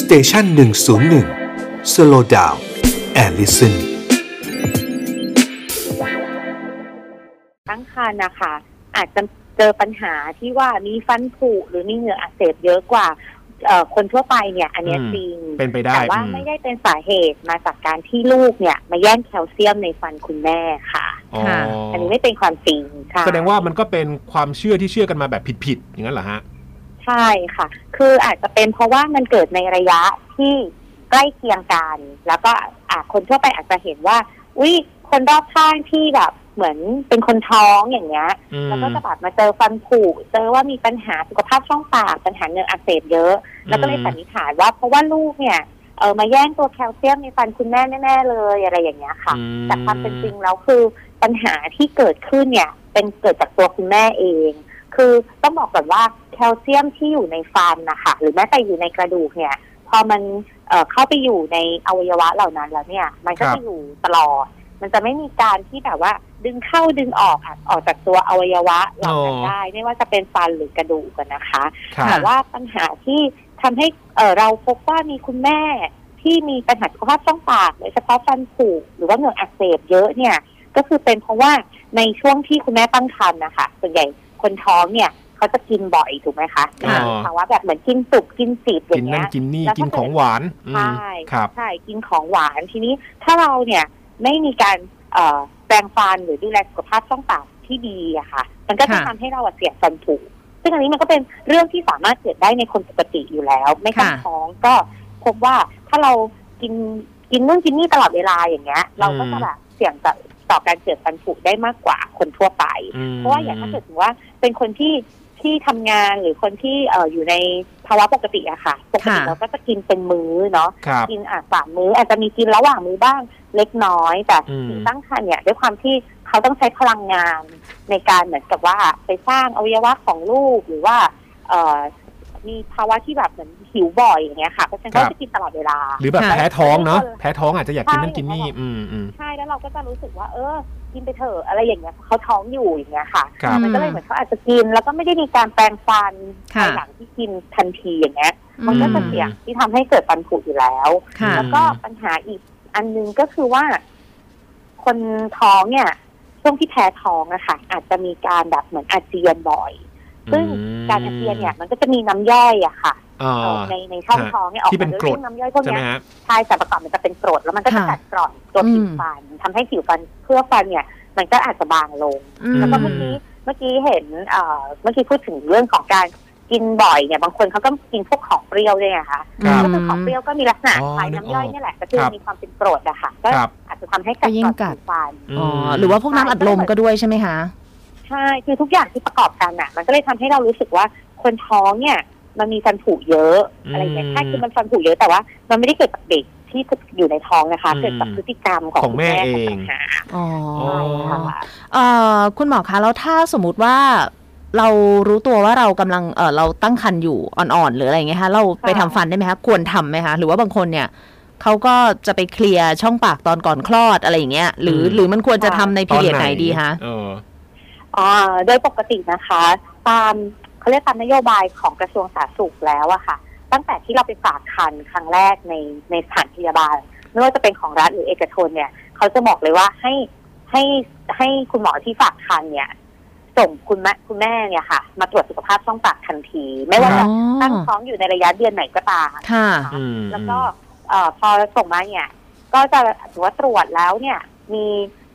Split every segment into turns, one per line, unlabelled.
สเตชันหนึ่งศูนย์หนึ่งสโลดาวแอลลิสัน
ตั้งครรภ์นะคะ อาจจะเจอปัญหาที่ว่ามีฟันผุหรือมีเหงื่ออักเสบเยอะกว่าเอ่อคนทั่วไปเนี่ย อันเนี้ย
อืม
จริง
เป็นไปได้
แต่ว่า
อืม
ไม่ได้เป็นสาเหตุมาจากการที่ลูกเนี่ย มาแย่งแคลเซียมในฟันคุณแม่ค่ะ
อ๋อ
ค่ะ
อันนี้ไม่เป็นความจริงค่ะ
แสดงว่ามันก็เป็นความเชื่อที่เชื่อกันมาแบบผิดๆอย่างนั้นเหรอฮะ
ใช่ค่ะ คืออาจจะเป็นเพราะว่ามันเกิดในระยะที่ใกล้เคียงกัน แล้วก็อาจคนทั่วไปอาจจะเห็นว่า อุ้ยคนรอบข้างที่แบบเหมือนเป็นคนท้องอย่างเงี้ย
อืม
แล้วก็จะแบบมาเจอฟันผุ เจอว่ามีปัญหาสุขภาพช่องปาก ปัญหาเนื้ออักเสบเยอะ แล้วก็เลย
อืม
สันนิษฐานว่าเพราะว่าลูกเนี่ย เออมาแย่งตัวแคลเซียมในฟันคุณแม่แน่ๆเลยอะไรอย่างเงี้ยค่ะ
อื
แต่ความเป็นจริงแล้วคือปัญหาที่เกิดขึ้นเนี่ย เป็นเกิดจากตัวคุณแม่เอง คือต้องบอกก่อนว่าแคลเซียมที่อยู่ในฟันนะคะหรือแม้แต่อยู่ในกระดูกเนี่ย พอมันเอ่อเข้าไปอยู่ในอวัยวะเหล่านั้นแล้วเนี่ย มันก็จะอยู่ตลอด มันจะไม่มีการที่แบบว่า ดึงเข้าดึงออกอะออกจากตัวอวัยวะเหล่านั้นได้ ไม่ว่าจะเป็นฟันหรือกระดูกอะนะคะ
ค่ะ
แต่ว่าปัญหาที่ทำให้เอ่อเราพบว่ามีคุณแม่ที่มีปัญหาสุขภาพช่องปากโดยเฉพาะฟันผุหรือว่าเหงือกอักเสบเยอะเนี่ย ก็คือเป็นเพราะว่าในช่วงที่คุณแม่ตั้งครรภ์นะคะส่วนใหญ่คนท้องเนี่ยเขาจะกินบ่อยถูกไหมคะ
อ๋อ
มีภาวะแบบเหมือนกินสุกกินสีบอ
กิ
ย่า
น
ง
นั่
เงี้
น
ย
กินนี่
แล้วก็
กินของหวานอืม
ใช่
ครับ
ใช่กินของหวานทีนี้ถ้าเราเนี่ยไม่มีการเอ่อแปรงฟันหรือดูแลสุขภาพช่องปากที่ดีอะค่ะ มันก็จะ
ค่ะ
ทำให้เราอะเสี่ยงฟันผุซึ่งอันนี้มันก็เป็นเรื่องที่สามารถเกิดได้ในคนปกติอยู่แล้ว ไม่ต้อง
ค่ะ
ท้องก็พบว่าถ้าเรากินกินนู่นกินนี่ตลอดเวลาอย่างเงี้ย เราก็จะแบบเสี่ยงต่อต่อการเกิดฟันผุได้มากกว่าคนทั่วไป
อืม
เพราะว่าอย่างถ้าเกิดสมมุติว่าเป็นคนที่ที่ทำงานหรือคนที่เอ่ออยู่ในภาวะปกติอะค่ะปกติ
ค่ะ
เราก็จะกินเป็นมื้อเนาะ
ครับ
กินอ่ะสามมื้ออาจจะมีกินระหว่างมื้อบ้างเล็กน้อย แต่
อืม
หญิงตั้งครรภ์เนี่ยด้วยความที่เขาต้องใช้พลังงานในการเหมือนกับว่าไปสร้างอวัยวะของลูกหรือว่าเอ่อมีภาวะที่แบบเหมือนหิวบ่อยอย่างเงี้ยค่ะเพราะฉะนั้นเขาจะกินตลอดเวลา
หรือแบบ
ค่ะ
แพ้ท้องเนาะ
ใช่
แพ้ท้องอาจจะอยากกินนั่น
ใช่
กินนี่อืมอืม
ใช่แล้วเราก็จะรู้สึกว่า เออ กินไปเถอะอะไรอย่างเงี้ยเขาท้องอยู่อย่างเงี้ยค่ะ
ครับ
อื
มันก็เลยเหมือนเขาอาจจะกิน แล้วก็ไม่ได้มีการแปรงฟัน
ค่ะ
ภายหลังที่กินทันทีอย่างเงี้ยมันก็จะเสี่ยง
อืม
ที่ทำให้เกิดฟันผุอยู่แล้ว
ค่ะ
แล้วก็ปัญหาอีกอันหนึงก็คือว่า คนท้องเนี่ย ช่วงที่แพ้ท้องอะค่ะ อาจจะมีการแบบเหมือนอาเจียนบ่อย ซึ่งการอาเจียนเนี่ย มันก็จะมีน้ำย่อยอะค่ะ
อ่า
เอ่อในในช่อง
ฮะ
ท้องเนี่ยออก
ที่เป็
มาน ด้วย
กรด
ซึ่งน้ำย่อยพวก
ใช่
เนี้
ไหม
ย
ฮะ
ใช่แต่ประกอบมันจะเป็นกรดแล้วมันก็จะ
ค่ะ
กัดกร่อนตัวผิว
อืม
ฟันทำให้ผิวฟันเครือฟันเนี่ย มันก็อาจจะบางลง
อื
แล้วก็เมื่อ
ม
กี้เมื่อกี้เห็นเอ่อเมื่อกี้พูดถึงเรื่องของการกินบ่อยเนี่ย บางคนเขาก็กินพวกของเปรี้ยวด้วยนะคะ
ครับ
ก็คือของเปรี้ยวก็มีลักษณะ
อ๋อ
คล้ายน้ำย่อย
นึกออก
เนี่ยแหละแต่คือ
ครับ
มีความเป็นกรดอะค่ะก็
ครับ
อาจจะทำให้กัด
ก็ยิ่งกัด
ผิวฟัน
อ๋อ
ม
หรือว่าพวกน้ำอัดลมก็ด้วยใช่ไหมคะ
ใช่คือทุกอย่างที่ประกอบกันอะมันก็เลยทำให้เรารู้สึกว่าคนท้องเนี่ย มันมีฟันผุเยอะ
อืม
อะไรเงี้ยใช่คือมันฟันผุเยอะแต่ว่า มันไม่ได้เกิดจากเด็กที่อยู่ในท้องนะคะ
อืม
เกิดจากพฤติกรรมของ
ของแม่
คุณ
เอง
ต่างหาก
อ๋อ
อ๋อ
ใช่ค่ะ
เอ่อคุณหมอคะแล้วถ้าสมมติว่าเรารู้ตัวว่าเรากำลังเออเราตั้งครรภ์อยู่อ่อนๆหรืออะไรอย่างเงี้ยคะเราไปทำฟันได้ไหมคะควรทำไหมคะหรือว่าบางคนเนี่ยเขาก็จะไปเคลียร์ช่องปากตอนก่อนคลอดอะไรอย่างเงี้ยหรือ
อืม
หรือมันควรจะทำใน
ต
พี
อน
เรียดไหนดีคะ
เออ
อ่าโดยปกตินะคะ ตามเขาเรียกตามนโยบายของกระทรวงสาธารณสุขแล้วอะค่ะ ตั้งแต่ที่เราไปฝากคันครั้งแรกในในสถานพยาบาลไม่ว่าจะเป็นของรัฐหรือเอกชนเนี่ย เขาจะบอกเลยว่าให้ให้ให้คุณหมอที่ฝากคันเนี่ย ส่งคุณแม่คุณแม่เนี่ยค่ะ มาตรวจสุขภาพช่องปากทันที ไม่ว่าจะ
อ๋อ
ตั้งท้องอยู่ในระยะเดือนไหนก็ตาม
ค่ะ
อืม
แล้วก็เอ่อพอส่งมาเนี่ย ก็จะถือว่าตรวจแล้วเนี่ย มี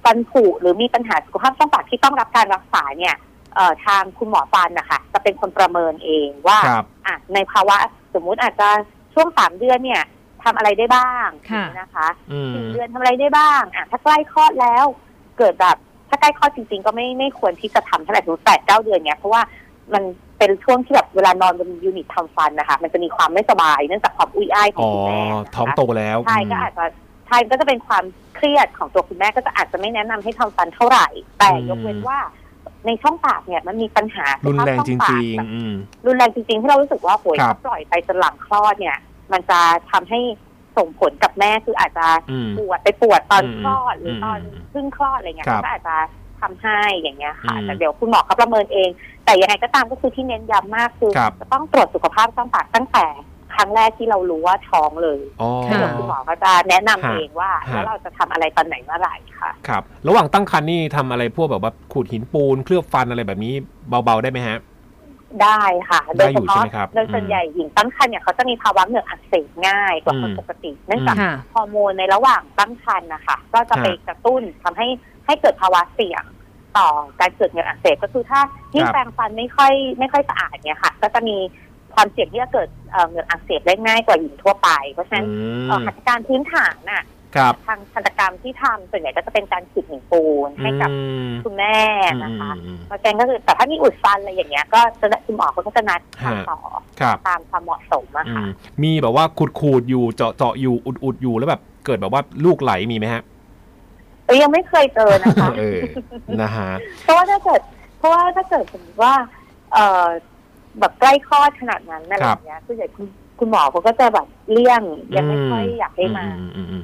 ฟันผุหรือมีปัญหาสุขภาพช่องปากที่ต้องรับการรักษาเนี่ยเอ่อทางคุณหมอฟันนะคะจะเป็นคนประเมินเองว่า
ครับ
อ่ะในภาวะสมมุติอาจจะช่วงสามเดือนเนี่ยทำอะไรได้บ้าง
ค่ะ
นะคะ
อืม
สี่เดือนทำอะไรได้บ้างอ่ะถ้าใกล้คลอดแล้ว เกิดแบบถ้าใกล้คลอดจริงๆ ก็ไม่ไม่ควรที่จะทำเท่าไหร่ถึงแปดเก้าเดือนเนี่ยเพราะว่ามันเป็นช่วงที่แบบเวลานอนบนยูนิตทำฟันนะคะ มันจะมีความไม่สบายเนื่องจากความอุ้ยอ้ายของ
อ๋อ
คุณแม่นะคะ
ท้องโตแล้ว
ใช่ก็อาจจะใช่ก็จะเป็นความเครียดของตัวคุณแม่ก็จะอาจจะไม่แนะนำให้ทำฟันเท่าไหร่ แต่ยกเว้นว่า ในช่องปากเนี่ยมันมีปัญหา
รุนแรงจ
สุขภาพช่อ
ริง
ปาก
ๆอืม
รุนแรงจริงๆที่เรารู้สึกว่าโอย
ครับ
ถ้าปล่อยไปจนหลังคลอดเนี่ย มันจะทำให้ส่งผลกับแม่คืออาจจะ
อืม
ปวดไปปวดตอน
อืม
คลอดหรือตอน
อืม
เพิ่งคลอดอะไรเงี้ย
ครับ
ก็อาจจะทำให้อย่างเงี้ยค่ะ
อืม
แต่เดี๋ยวคุณหมอเขาประเมินเอง แต่ยังไงก็ตามก็คือที่เน้นย้ำมากคือ
ครับ
จะต้องตรวจสุขภาพต้องปากตั้งแต่ค รั้งแรกที่เรารู้ว่าท้องเลย
อ๋อ
ค่ะ
เดี๋ยวคุณหมอเขาจะแนะนำ
ฮะ
เองว่า
ฮะ
แล้วเราจะทำอะไรตอนไหนเมื่อไหร่ค่ะ
ครับ ระหว่างตั้งครรภ์นี่ทำอะไรพวกแบบว่าขูดหินปูนเคลือบฟันอะไรแบบนี้เบาๆได้ไหมฮะ
ได้ค่ะ โด
ได้
ย
อ
เฉ
ยู่ใช่
พาะ
ไหมครับ
โดยส่วน
อืม
ใหญ่หญิงตั้งครรภ์เนี่ยเขาจะมีภาวะเหงือกอักเสบง่ายกว่าคน
อืม
ปกติเนื่องจาก
ค่ะ
ฮอร์โมนในระหว่างตั้งครรภ์นะคะก็จะไป
ฮะ
กระตุ้นทำให้ให้เกิดภาวะเสี่ยงต่อการเกิดเหงื่ออักเสบก็คือถ้ายิ่ง
ครับ
แปรงฟันไม่ค่อยไม่ค่อยสะอาดเนี่ยค่ะ ก็จะมีความเสี่ยงที่จะเกิดเอ่อเหงื่ออักเสบได้ง่ายกว่าหญิงทั่วไป เพราะฉะนั้นเอ่อหัตถการพื้นฐานน่ะ
ครับ
ทางหัตถกรรมที่ทำส่วนใหญ่ก็จะเป็นการฉีดหินปูนให้กับ
อืม
คุณแม่นะคะ
อืมอืม
เพราะฉะนั้นก็คือแต่ถ้ามีอุดฟันอะไรอย่างเงี้ยก็จะคุณหมอเขาก็จะนัดทาง
ฮะ
ต่อ
ครับ
ตามความเหมาะสมอะ
อื
ค่ะ
มมีแบบว่าขูดขูดๆอยู่เจาะเจาะๆอยู่อุดอุดๆอยู่แล้วแบบเกิดแบบว่าลูกไหลมีไหมฮะ
เอ้ยยังไม่เคยเจอนะคะ
เออ นะฮะ
เพราะว่าถ้าเกิดเพราะว่าถ้าเกิดสมมติว่า เอ่อแบบใกล้คลอดขนาดนั้นอะไรอย่างเงี้ยคือเดี๋ยวคุณคุณหมอเขาก็จะแบบเลี่ยงยังไม่ค่อยอยากให้มา
อืมอืมอืมอืม